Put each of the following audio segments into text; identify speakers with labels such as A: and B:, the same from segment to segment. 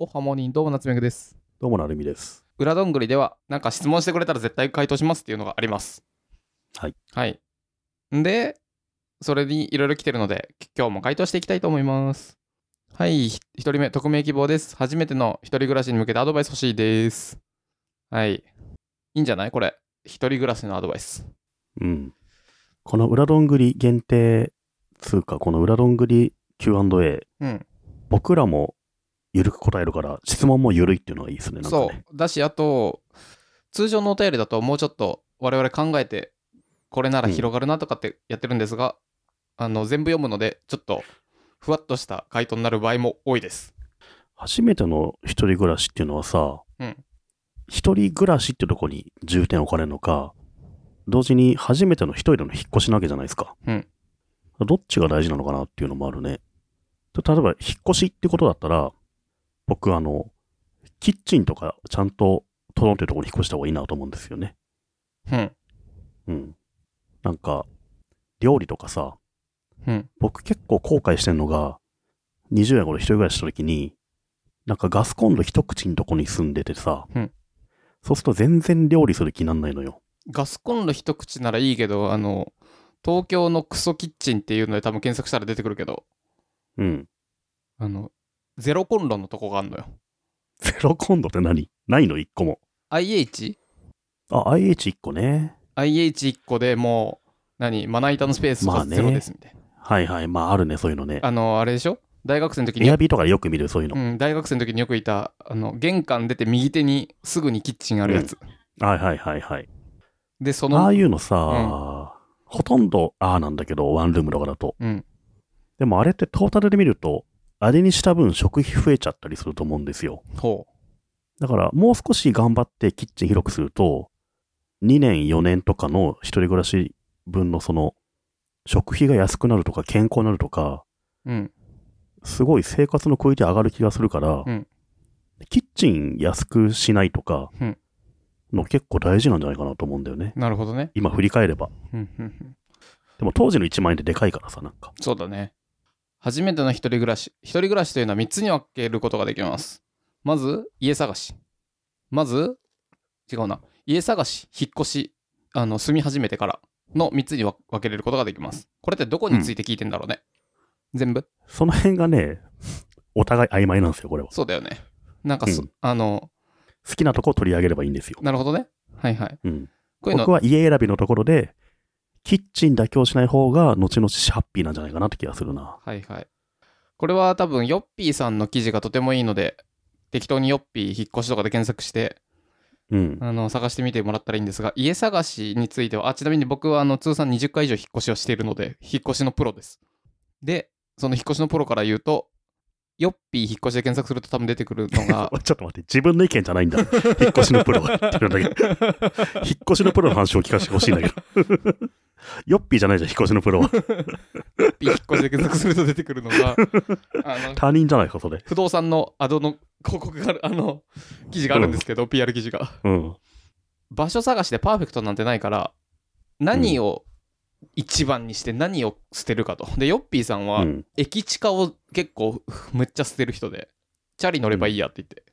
A: おはモニーどうも夏目くです
B: どうもなるみです。
A: 裏どんぐりではなんか質問してくれたら絶対回答しますっていうのがあります
B: はい
A: はいでそれにいろいろ来てるのでき今日も回答していきたいと思いますはいひ一人目匿名希望です初めての一人暮らしに向けてアドバイス欲しいですはいいいんじゃないこれ一人暮らしのアドバイス
B: うん。この裏どんぐり限定、つうか、この裏どんぐり Q&A、
A: うん
B: 僕らもゆるく答えるから、質問もゆるいっていうのがいいですね。なんか
A: そ
B: ね。
A: うだしあと通常のお便りだともうちょっと我々考えてこれなら広がるなとかってやってるんですが、あの全部読むのでちょっとふわっとした回答になる場合も多いです
B: 初めての一人暮らしっていうのはさ、
A: うん
B: 一人暮らしってとこに重点を置かれるのか、同時に初めての一人での引っ越しなわけじゃないですか。
A: うん
B: どっちが大事なのかなっていうのもあるね。と例えば、引っ越しってことだったら、僕、あの、キッチンとかちゃんと整ってるところに引っ越した方がいいなと思うんですよね。
A: うん
B: うん。なんか、料理とかさ、
A: うん
B: 僕結構後悔してんのが、20代頃一人暮らしした時に、なんかガスコンロ一口のとこに住んでてさ、
A: うん
B: そうすると全然料理する気になんないのよ。
A: ガスコンロ一口ならいいけどあの東京のクソキッチンっていうので多分検索したら出てくるけど
B: うん。
A: あのゼロコンロのとこがあんのよ
B: ゼロコンロって何ないの一個も。
A: IH?IH1
B: あ、IH1 個ね。
A: 個でもう何まな板のスペース
B: ま
A: が
B: あね
A: ゼロですみたいな、
B: はいはい。まああるね、そういうのね。
A: あのあれでしょ大学生の時に
B: エアビーとかでよく見る、そういうの。
A: うん、大学生の時によくいたあの玄関出て右手にすぐにキッチンあるやつ、
B: はいはいはいはい。
A: でそ
B: あ
A: の
B: あいうのさ、ほとんどああなんだけど、ワンルームとかだと。
A: うん
B: でもあれってトータルで見ると、あれにした分食費増えちゃったりすると思うんですよ。
A: ほ
B: だから、もう少し頑張ってキッチン広くすると、2年、4年とかの一人暮らし分のその、食費が安くなるとか、健康になるとか、
A: う、うん、
B: すごい生活のクオリティ上がる気がするから、
A: うん
B: キッチン安くしないとか
A: うん、
B: の結構大事なんじゃないかなと思うんだよね。
A: なるほどね
B: 今振り返れば。
A: うんうんうん
B: でも当時の1万円ってでかいからさ、なんか。
A: そうだね初めての一人暮らし一人暮らしというのは3つに分けることができますまず家探しまず違うな家探し引っ越しあの住み始めてからの3つに分分けれることができますこれってどこについて聞いてんだろうね、全部
B: その辺がね、お互い曖昧なんですよ、これは。
A: そうだよねなんかそ、
B: うん
A: あの
B: 好きなとこを取り上げればいいんですよ。
A: なるほどねはいはい
B: うん。
A: こういうの
B: 僕は家選びのところで、キッチン妥協しない方が、後々ハッピーなんじゃないかなって気がするな。
A: はいはい。これは多分、ヨッピーさんの記事がとてもいいので、適当にヨッピー引っ越しとかで検索して、
B: うん。
A: あの、探してみてもらったらいいんですが、家探しについては、あ、ちなみに僕は、あの、通算20回以上引っ越しをしているので、引っ越しのプロです。で、その引っ越しのプロから言うと、ヨッピー引っ越しで検索すると多分出てくるの が、
B: ちょっと待って、自分の意見じゃないんだ。引っ越しのプロが言ってるんだけど、引っ越しのプロの話を聞かせてほしいんだけど。ヨッピーじゃないじゃん、引っ越しのプロは。
A: ヨッピー引っ越しで検索すると出てくるの が、あの、
B: 他人じゃないか、それ。
A: 不動産のアドの広告がある、あの、記事があるんですけど、PR 記事が。
B: うん。
A: 場所探しでパーフェクトなんてないから何を一番にして何を捨てるかと、でヨッピーさん
B: う
A: は
B: ん。
A: 駅地下を結構むっちゃ捨てる人でチャリ乗ればいいやって言って、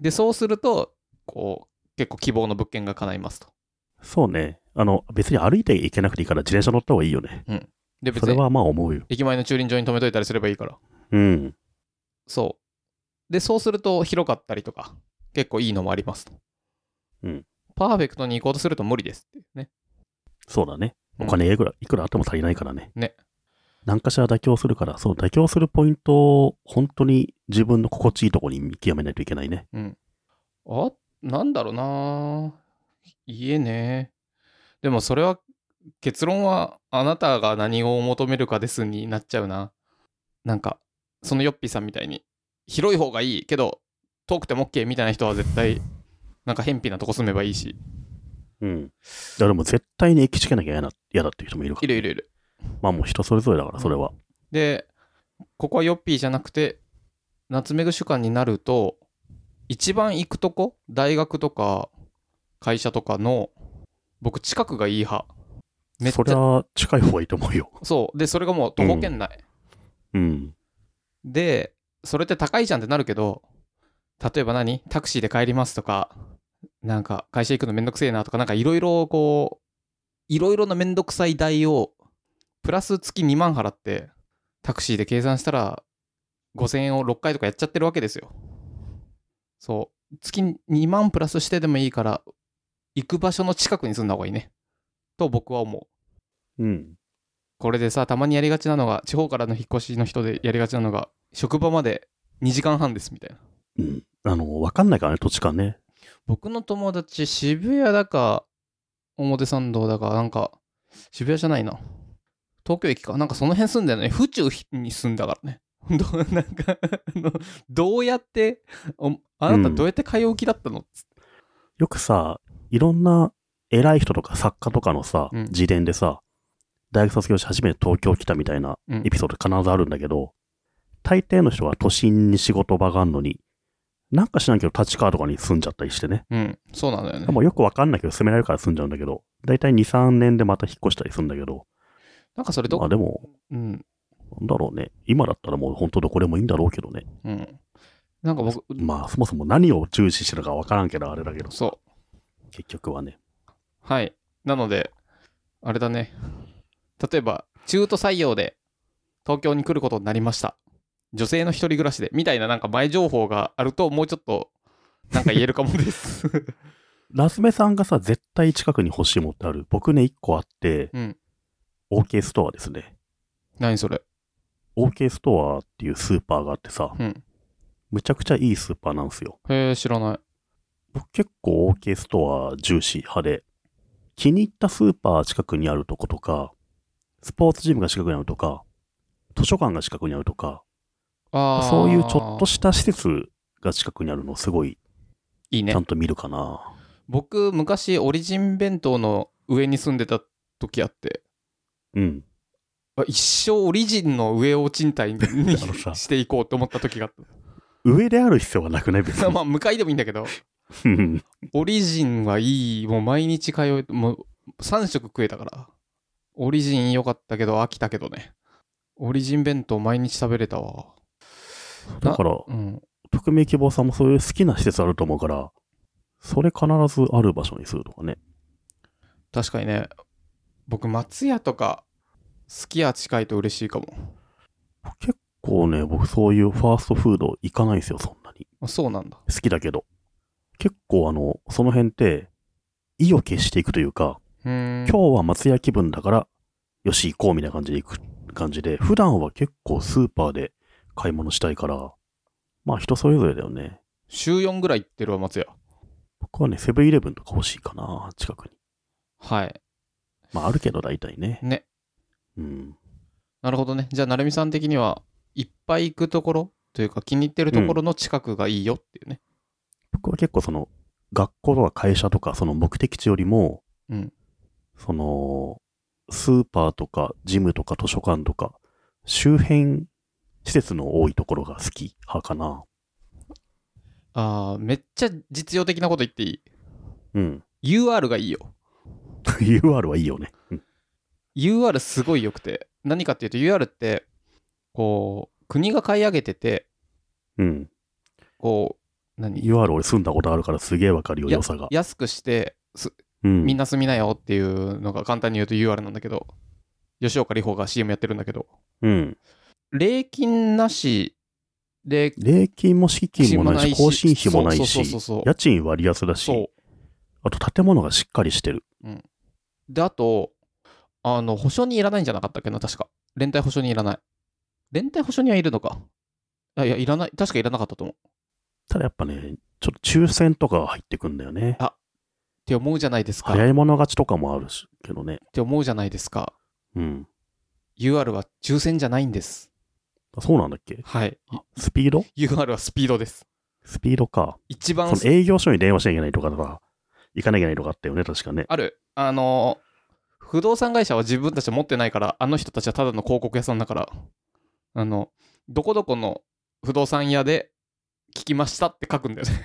A: でそうするとこう結構希望の物件が叶いますと
B: そうね。あの、別に歩いていけなくていいから、自転車乗った方がいいよね。
A: で別
B: それ
A: に
B: はまあ思うよ。
A: 駅前の駐輪場に止めといたりすればいいから
B: うん。
A: そうでそうすると広かったりとか結構いいのもありますと、
B: うん
A: パーフェクトに行こうとすると無理ですっていうね
B: そうだね。
A: うん
B: お金いくら、いくらあっても足りないからね。
A: ね。
B: 何かしら妥協するから、そう、妥協するポイントを、本当に自分の心地いいところに見極めないといけないね。
A: うん。あ、なんだろうな。家ね。でもそれは結論はあなたが何を求めるかですになっちゃうな。なんか、そのヨッピーさんみたいに、広い方がいいけど、遠くても OK みたいな人は絶対、なんか偏僻なとこ住めばいいし、
B: うん。いや、でも絶対に駅つけなきゃ嫌な、嫌だっていう人もいるか
A: い
B: ら。
A: るいるいる。
B: まあもう人それぞれだか
A: う
B: ら、
A: ん
B: それは。
A: で、ここはヨッピーじゃなくて、夏目ぐ主観になると、一番行くとこ、大学とか会社とかの、僕、近くがいい派。めっち
B: そ
A: ゃ
B: れは近い方がいいと思うよ。
A: そう。で、それがもう徒歩圏内。
B: うん。
A: で、それって高いじゃんってなるけど、例えば何タクシーで帰りますとか、なんか会社行くのめんどくせえなとか、なんかいろいろこう、いろいろなめんどくさい代を、プラス月2万払って、タクシーで計算したら、5000円を6回とかやっちゃってるわけですよ。そう。月2万プラスしてでもいいから、行く場所の近くに住んだ方がいいね。と僕は思う。
B: うん。
A: これでさたまにやりがちなのが地方からの引っ越しの人でやりがちなのが職場まで2時間半ですみたいな
B: うん。あの、わかんないからね、土地勘ね。
A: 僕の友達渋谷だか表参道だかなんか渋谷じゃないな東京駅かなんかその辺住んでるのに府中に住んだからね どうなんかあのどうやっておあなたどうやって通う気だったの、つって
B: よくさ、いろんな偉い人とか作家とかのさ、
A: うん
B: 自伝でさ、大学卒業し始めて東京来たみたいな
A: うん
B: エピソード必ずあるんだけど、大抵の人は都心に仕事場があるのに、なんか知らんけど立川とかに住んじゃったりしてね。
A: うんそうなんだよね
B: もうよくわかんないけど、住められるから住んじゃうんだけど、だいたい2、3年でまた引っ越したりするんだけど、
A: なんかそれど
B: まあでも、
A: うん
B: なんだろうね。今だったらもう本当どこでもいいんだろうけどね。
A: うんなんか僕
B: まあそもそも何を重視してるかわからんけど、あれだけど、
A: そう
B: 結局はね。
A: はい。なので、あれだね。例えば、中途採用で東京に来ることになりました。女性の一人暮らしで、みたいななんか前情報があると、もうちょっと、なんか言えるかも です。
B: ラスメさんがさ、絶対近くに欲しいもんってある。僕ね、1個あって、
A: うん。
B: OK ストアですね。
A: 何それ。
B: OK ストアっていうスーパーがあってさ、
A: うん。
B: むちゃくちゃいいスーパーなんですよ。
A: へえ、知らない。
B: 僕結構 OK ストア重視派で、気に入ったスーパー近くにあるとことか、スポーツジムが近くにあるとか、図書館が近くにあるとか、
A: ああ。
B: そういうちょっとした施設が近くにあるのすごい
A: いい
B: ち
A: ね
B: ゃ。んと見るかな。
A: 僕、昔、オリジン弁当の上に住んでた時あって、
B: うん。
A: あ一生オリジンの上を賃貸に
B: あのさ
A: していこうと思った時があっ
B: 上である必要はなくない別
A: た。
B: に。
A: まあ、向かいでもいいんだけど。
B: うん
A: オリジンはいい、もう毎日通えて、もう3食食えたから。オリジン良かったけど、飽きたけどね。オリジン弁当毎日食べれたわ。
B: だから、
A: うん。
B: 匿名希望さんもそういう好きな施設あると思うから、それ必ずある場所にするとかね。
A: 確かにね、僕、松屋とか、すき家近いと嬉しいかも。
B: 結構ね、僕そういうファーストフード行かないんですよ、そんなに。
A: あそうなんだ。
B: 好きだけど。結構あの、その辺って、意を決していくというか、
A: うーん。
B: 今日は松屋気分だから、よし行こうみたいな感じで行く感じで、普段は結構スーパーで買い物したいから、まあ人それぞれだよね。
A: 週4ぐらい行ってるわ、松屋。
B: 僕はね、セブンイレブンとか欲しいかな、近くに。
A: はい。
B: まああるけど大体ね。
A: ね。
B: うん。
A: なるほどね。じゃあ、成美さん的には、いっぱい行くところというか、気に入ってるところの近くがいいよっていうね。
B: 僕は結構その、学校とか会社とか、その目的地よりも、
A: うん
B: その、スーパーとか、ジムとか図書館とか、周辺施設の多いところが好き派かな。
A: ああ、めっちゃ実用的なこと言っていい。
B: うん。
A: UR がいいよ。
B: UR はいいよね。うん
A: UR すごい良くて何かっていうと UR ってこう国が買い上げてて
B: うん。
A: こう何
B: UR 俺住んだことあるからすげえわかるよ、
A: いや
B: 良さが。
A: 安くしてす
B: うん。
A: みんな住みなよっていうのが簡単に言うと UR なんだけど吉岡里帆が CM やってるんだけど
B: うん。
A: 礼金なしで
B: 礼金も敷金もないし、更新費もない
A: そうそう
B: し、
A: そうそう
B: 家賃割安だ
A: そ
B: し、
A: う
B: あと建物がしっかりしてる。
A: であとあの保証にいらないんじゃなかったっけな確か連帯保証にいらない連帯保証にはいるのかあいやいらない確かいらなかったと思う
B: ただやっぱね、ちょっと抽選とかが入ってくんだよね。
A: って思うじゃないですか
B: 早
A: っ
B: い者勝ちとかもあるし、けどね。
A: て思うじゃないですか
B: うん。
A: UR は抽選じゃないんです。
B: あそうなんだっけ
A: はい。
B: スピード
A: UR はスピードです。
B: スピードか。
A: 一
B: そ
A: 番
B: の営業所に電話しなきゃいけないとかとか、行かなきゃいけないとかあったよね、確かね。
A: ある。あのー、不動産会社は自分たち持ってないから、あの人たちはただの広告屋さんだから、あの、どこどこの不動産屋で聞きましたって書くんだよね。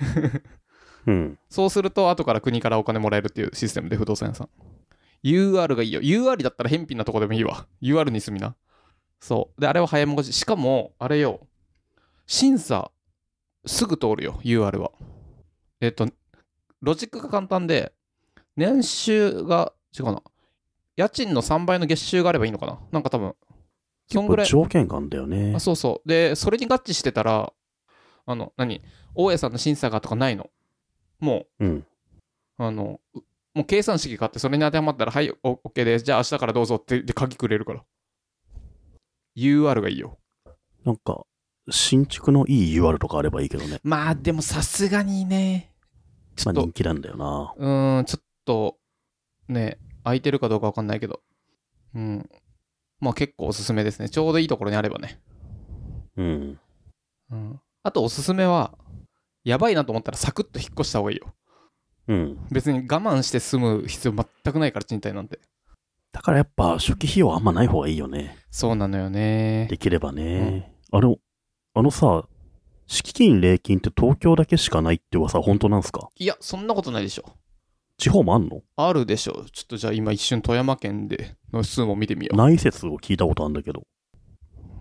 B: うん。
A: そうすると、後から国からお金もらえるっていうシステムで不動産屋さん。UR がいいよ。UR だったら返品なとこでもいいわ。UR に住みな。そう。で、あれは早いもん勝ち。しかも、あれよ。審査、すぐ通るよ、UR は。えっと、ロジックが簡単で、年収が、違うな。家賃の3倍の月収があればいいのかななんか多分、そんぐらい。
B: 条件があんだよね
A: あ。そうそう。で、それに合致してたら、あの、何大家さんの審査がとかないの。も
B: うん。
A: う、あの、うもう計算式買って、それに当てはまったら、はい、オッケーです。じゃあ明日からどうぞって、で、鍵くれるから。UR がいいよ。
B: なんか、新築のいい UR とかあればいいけどね。
A: まあ、でもさすがにね、ち
B: ま
A: ょ
B: あ
A: っと
B: 人、気なんだよな。
A: うーん、ちょっと、ね、空いてるかどうかわかんないけど、うん。まあ結構おすすめですね。ちょうどいいところにあればね。
B: うん。
A: うん、あとおすすめはやばいなと思ったらサクッと引っ越した方がいいよ
B: うん。
A: 別に我慢して住む必要全くないから賃貸なんて
B: だからやっぱ初期費用あんまない方がいいよね。
A: そうなのよね
B: できればね。あれ、あのさ、敷金、礼金って東京だけしかないって噂、本当なんすか
A: いやそんなことないでしょ
B: 地方もあんの
A: あるでしょちょっとじゃあ今一瞬富山県での数も見てみよう
B: ない説を聞いたことあるんだけど。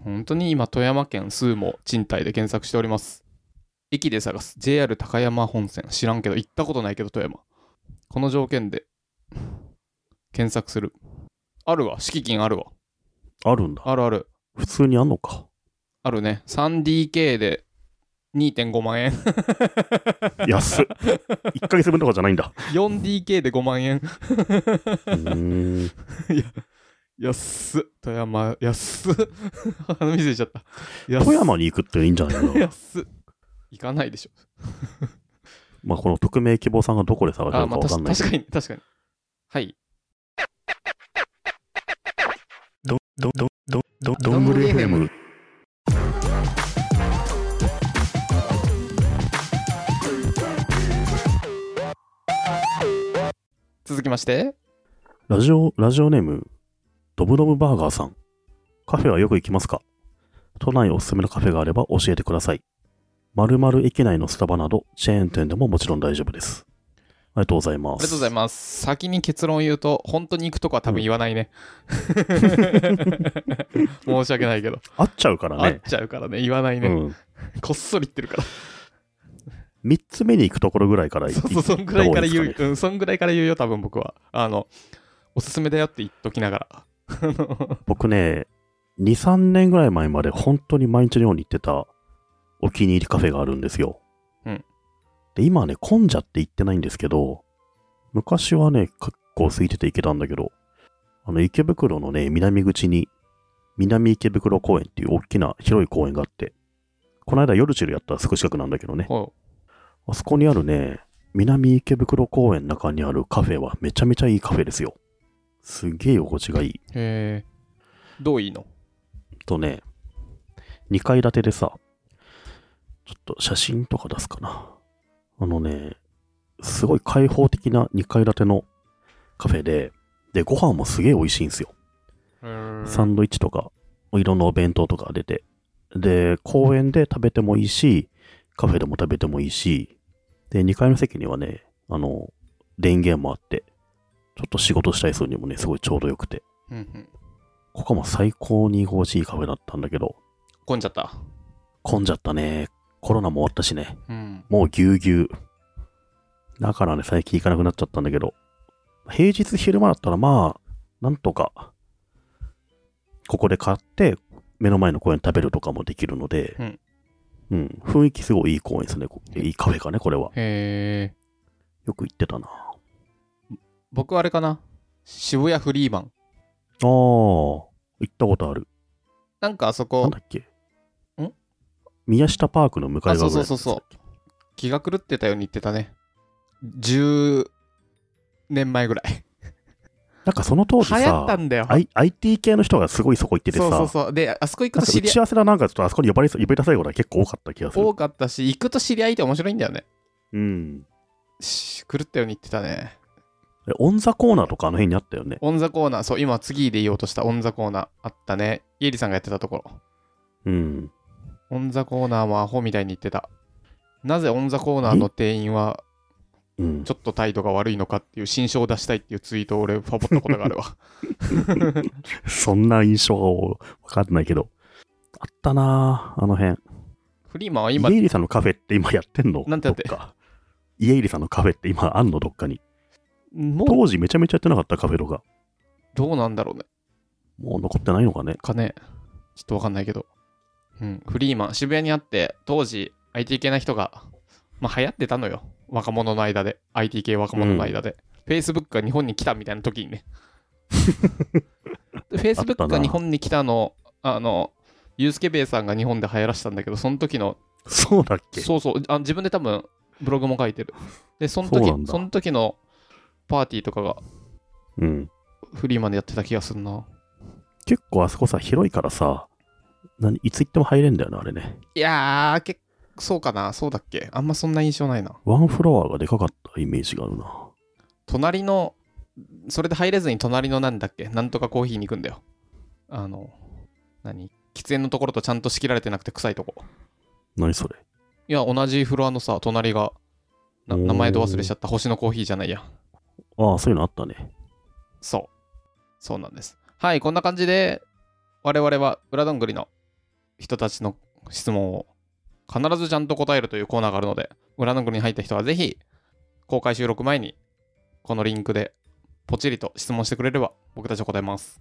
A: 本当に今富山県数も賃貸で検索しております駅で探す JR 高山本線知らんけど行ったことないけど富山この条件で検索するあるわ敷金あるわ
B: あるんだ。
A: あるある
B: 普通にあんのか。
A: あるね。3DK で2.5万円。
B: 安っ。1ヶ月分とかじゃないんだ。
A: 4DK で5万円。
B: うーん。
A: 安っ。富山、安っ。 鼻水出ちゃった。安っ
B: 富山に行くっていいんじゃないかな。
A: 安っ。行かないでしょ。
B: まあ、この匿名希望さんがどこで探して
A: あ、
B: るか
A: まあ、
B: わ
A: た
B: か
A: し
B: んないけ
A: 確
B: ど
A: か。に、確かに。はい。
B: ど、ど、ど、ど、
A: どんぐり FM。続きまして。
B: ラジオ、ラジオネーム、ドブドブバーガーさん。カフェはよく行きますか都内おすすめのカフェがあれば教えてください。まるまる駅内のスタバなど、チェーン店でももちろん大丈夫です。ありがとうございます。
A: ありがとうございます。先に結論言うと、本当に行くとこは多分言わ ないね。申し訳ないけど。
B: 合っちゃうから
A: 会っ
B: ね。
A: ちゃうからね、言わないね。
B: うん。
A: こっそり言ってるから。
B: 三つ目に行くところぐらいから行
A: そうそう、そんぐらいから言
B: 行っ
A: う、うん、そんぐらいから言うよ、多分僕は。あの、おすすめだよって言っときながら。
B: 僕ね、2、3年ぐらい前まで本当に毎日のように行ってたお気に入りカフェがあるんですよ。
A: うん
B: で、今はね、混んじゃって行ってないんですけど、昔はね、結構空いてて行けたんだけど、あの、池袋のね、南口に、南池袋公園っていう大きな広い公園があって、この間夜チルやったらすぐ近くなんだけどね、
A: ほ
B: あそこにあるね、南池袋公園の中にあるカフェはめちゃめちゃいいカフェですよ。すげえ心地がいい。
A: うへえ。どういいの
B: とね、2階建てでさ、ちょっと写真とか出すかな。あのね、すごい開放的な2階建てのカフェで、で、ご飯もすげえ美味しいんですよ。サンドイッチとか、いろんなお弁当とか出て。で、公園で食べてもいいし、カフェでも食べてもいいし、で、2階の席にはね、あの、電源もあって、ちょっと仕事したい人にもね、すごいちょうどよくて、
A: うんうん。
B: ここも最高に心地いいカフェだったんだけど、
A: 混んじゃった。
B: 混んじゃったね。コロナも終わったしね。
A: うん。
B: もうぎゅうぎゅう。だからね、最近行かなくなっちゃったんだけど、平日昼間だったらまあ、なんとか、ここで買って、目の前の公園食べるとかもできるので、
A: うん
B: うん。雰囲気すごいいい公園ですね。こいいカフェかね、これは。
A: へえ。
B: よく行ってたな。あ
A: 僕はあれかな。渋谷フリーマン。
B: あ、行ったことある。
A: なんかあそ
B: なん
A: こ、
B: だっけ
A: ん
B: 宮下パークの向かい側
A: あそうそうそうそう
B: う。
A: 気が狂ってたように言ってたね。10年前ぐらい。
B: なんかその当
A: 流
B: 時さ、
A: 行ったんだよ。
B: I- IT 系の人がすごいそこ行っててさ、
A: そうそうそう。で、あそこ行く
B: なん
A: と
B: か
A: 知
B: 打
A: り合い
B: ち合わせだなんかちょっとあそこに呼ばれそう呼び出されることが結構多かった気がする
A: 多。かったし、行くと知り合いって面白いんだよね。
B: うん。
A: し狂ったように言ってたね。
B: えオンザコーナーとかあの辺にあったよね。
A: オンザコーナー、そう、今次で言おうとしたオンザコーナーあったね。イエリさんがやってたところ。
B: うん。
A: オンザコーナーもアホみたいに言ってた。なぜオンザコーナーの店員は
B: うん。
A: ちょっと態度が悪いのかっていう新書を出したいっていうツイートを俺ファボったことがある わ。
B: そんな印象はわかんないけど。あったなぁ、あの辺。
A: フリーマンは今
B: 家、入さんのカフェって今やってんの
A: なんて
B: ど
A: やっ
B: っ
A: て
B: か。家入さんのカフェって今あんのどっかに。
A: もう
B: 当時めちゃめちゃやってなかったカフェとか。
A: どうなんだろうね。
B: もう残ってないのかね。
A: かね。ちょっとわかんないけど。うん、フリーマン、渋谷にあって、当時 IT 系な人が、まあ流行ってたのよ。若者の間で。IT 系若者の間で。Facebook が日本に来たみたいな時に ね。で
B: あった
A: Facebook
B: な
A: が日本に来たの、あの、ユースケベイさんが日本で流行らせたんだけど、その時の
B: そうだっけ
A: そうそうあ自分で多分ブログも書い てるでその
B: そう
A: 時
B: なん
A: そ
B: だ
A: の時のパーティーとかが
B: うん。
A: フリーマンでやってた気がするな
B: 結構あそこさ、広いからさ、何いつ行っても入れんだよな、あれね。
A: いやーけそうかなそうだっけあんまそんな印象ないな
B: ワンフロアがでかかったイメージがあるな。
A: 隣のそれで入れずに隣のなんだっけなんとかコーヒーに行くんだよあの何喫煙のところとちゃんと仕切られてなくて臭いとこ
B: 何それ。
A: いや同じフロアのさ隣がな
B: おー
A: 名前ど忘れしちゃった星のコーヒーじゃないや
B: ああ、そういうのあったね。
A: そう。そうなんです。はい、こんな感じで、我々は裏どんぐりの人たちの質問を必ずちゃんと答えるというコーナーがあるので、裏どんぐりに入った人はぜひ、公開収録前に、このリンクでポチリと質問してくれれば、僕たちは答えます。